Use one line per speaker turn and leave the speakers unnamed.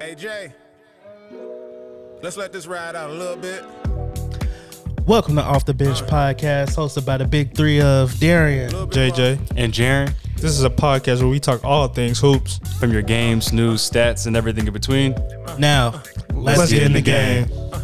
Hey Jay, let's let this ride out a little bit.
Welcome to Off the Bench Podcast, hosted by the Big Three of Darian,
JJ.
and Jaren
This is a podcast where we talk all things hoops.
from your games, news, stats, and everything in between.
Now, let's,
Let's, get in the game.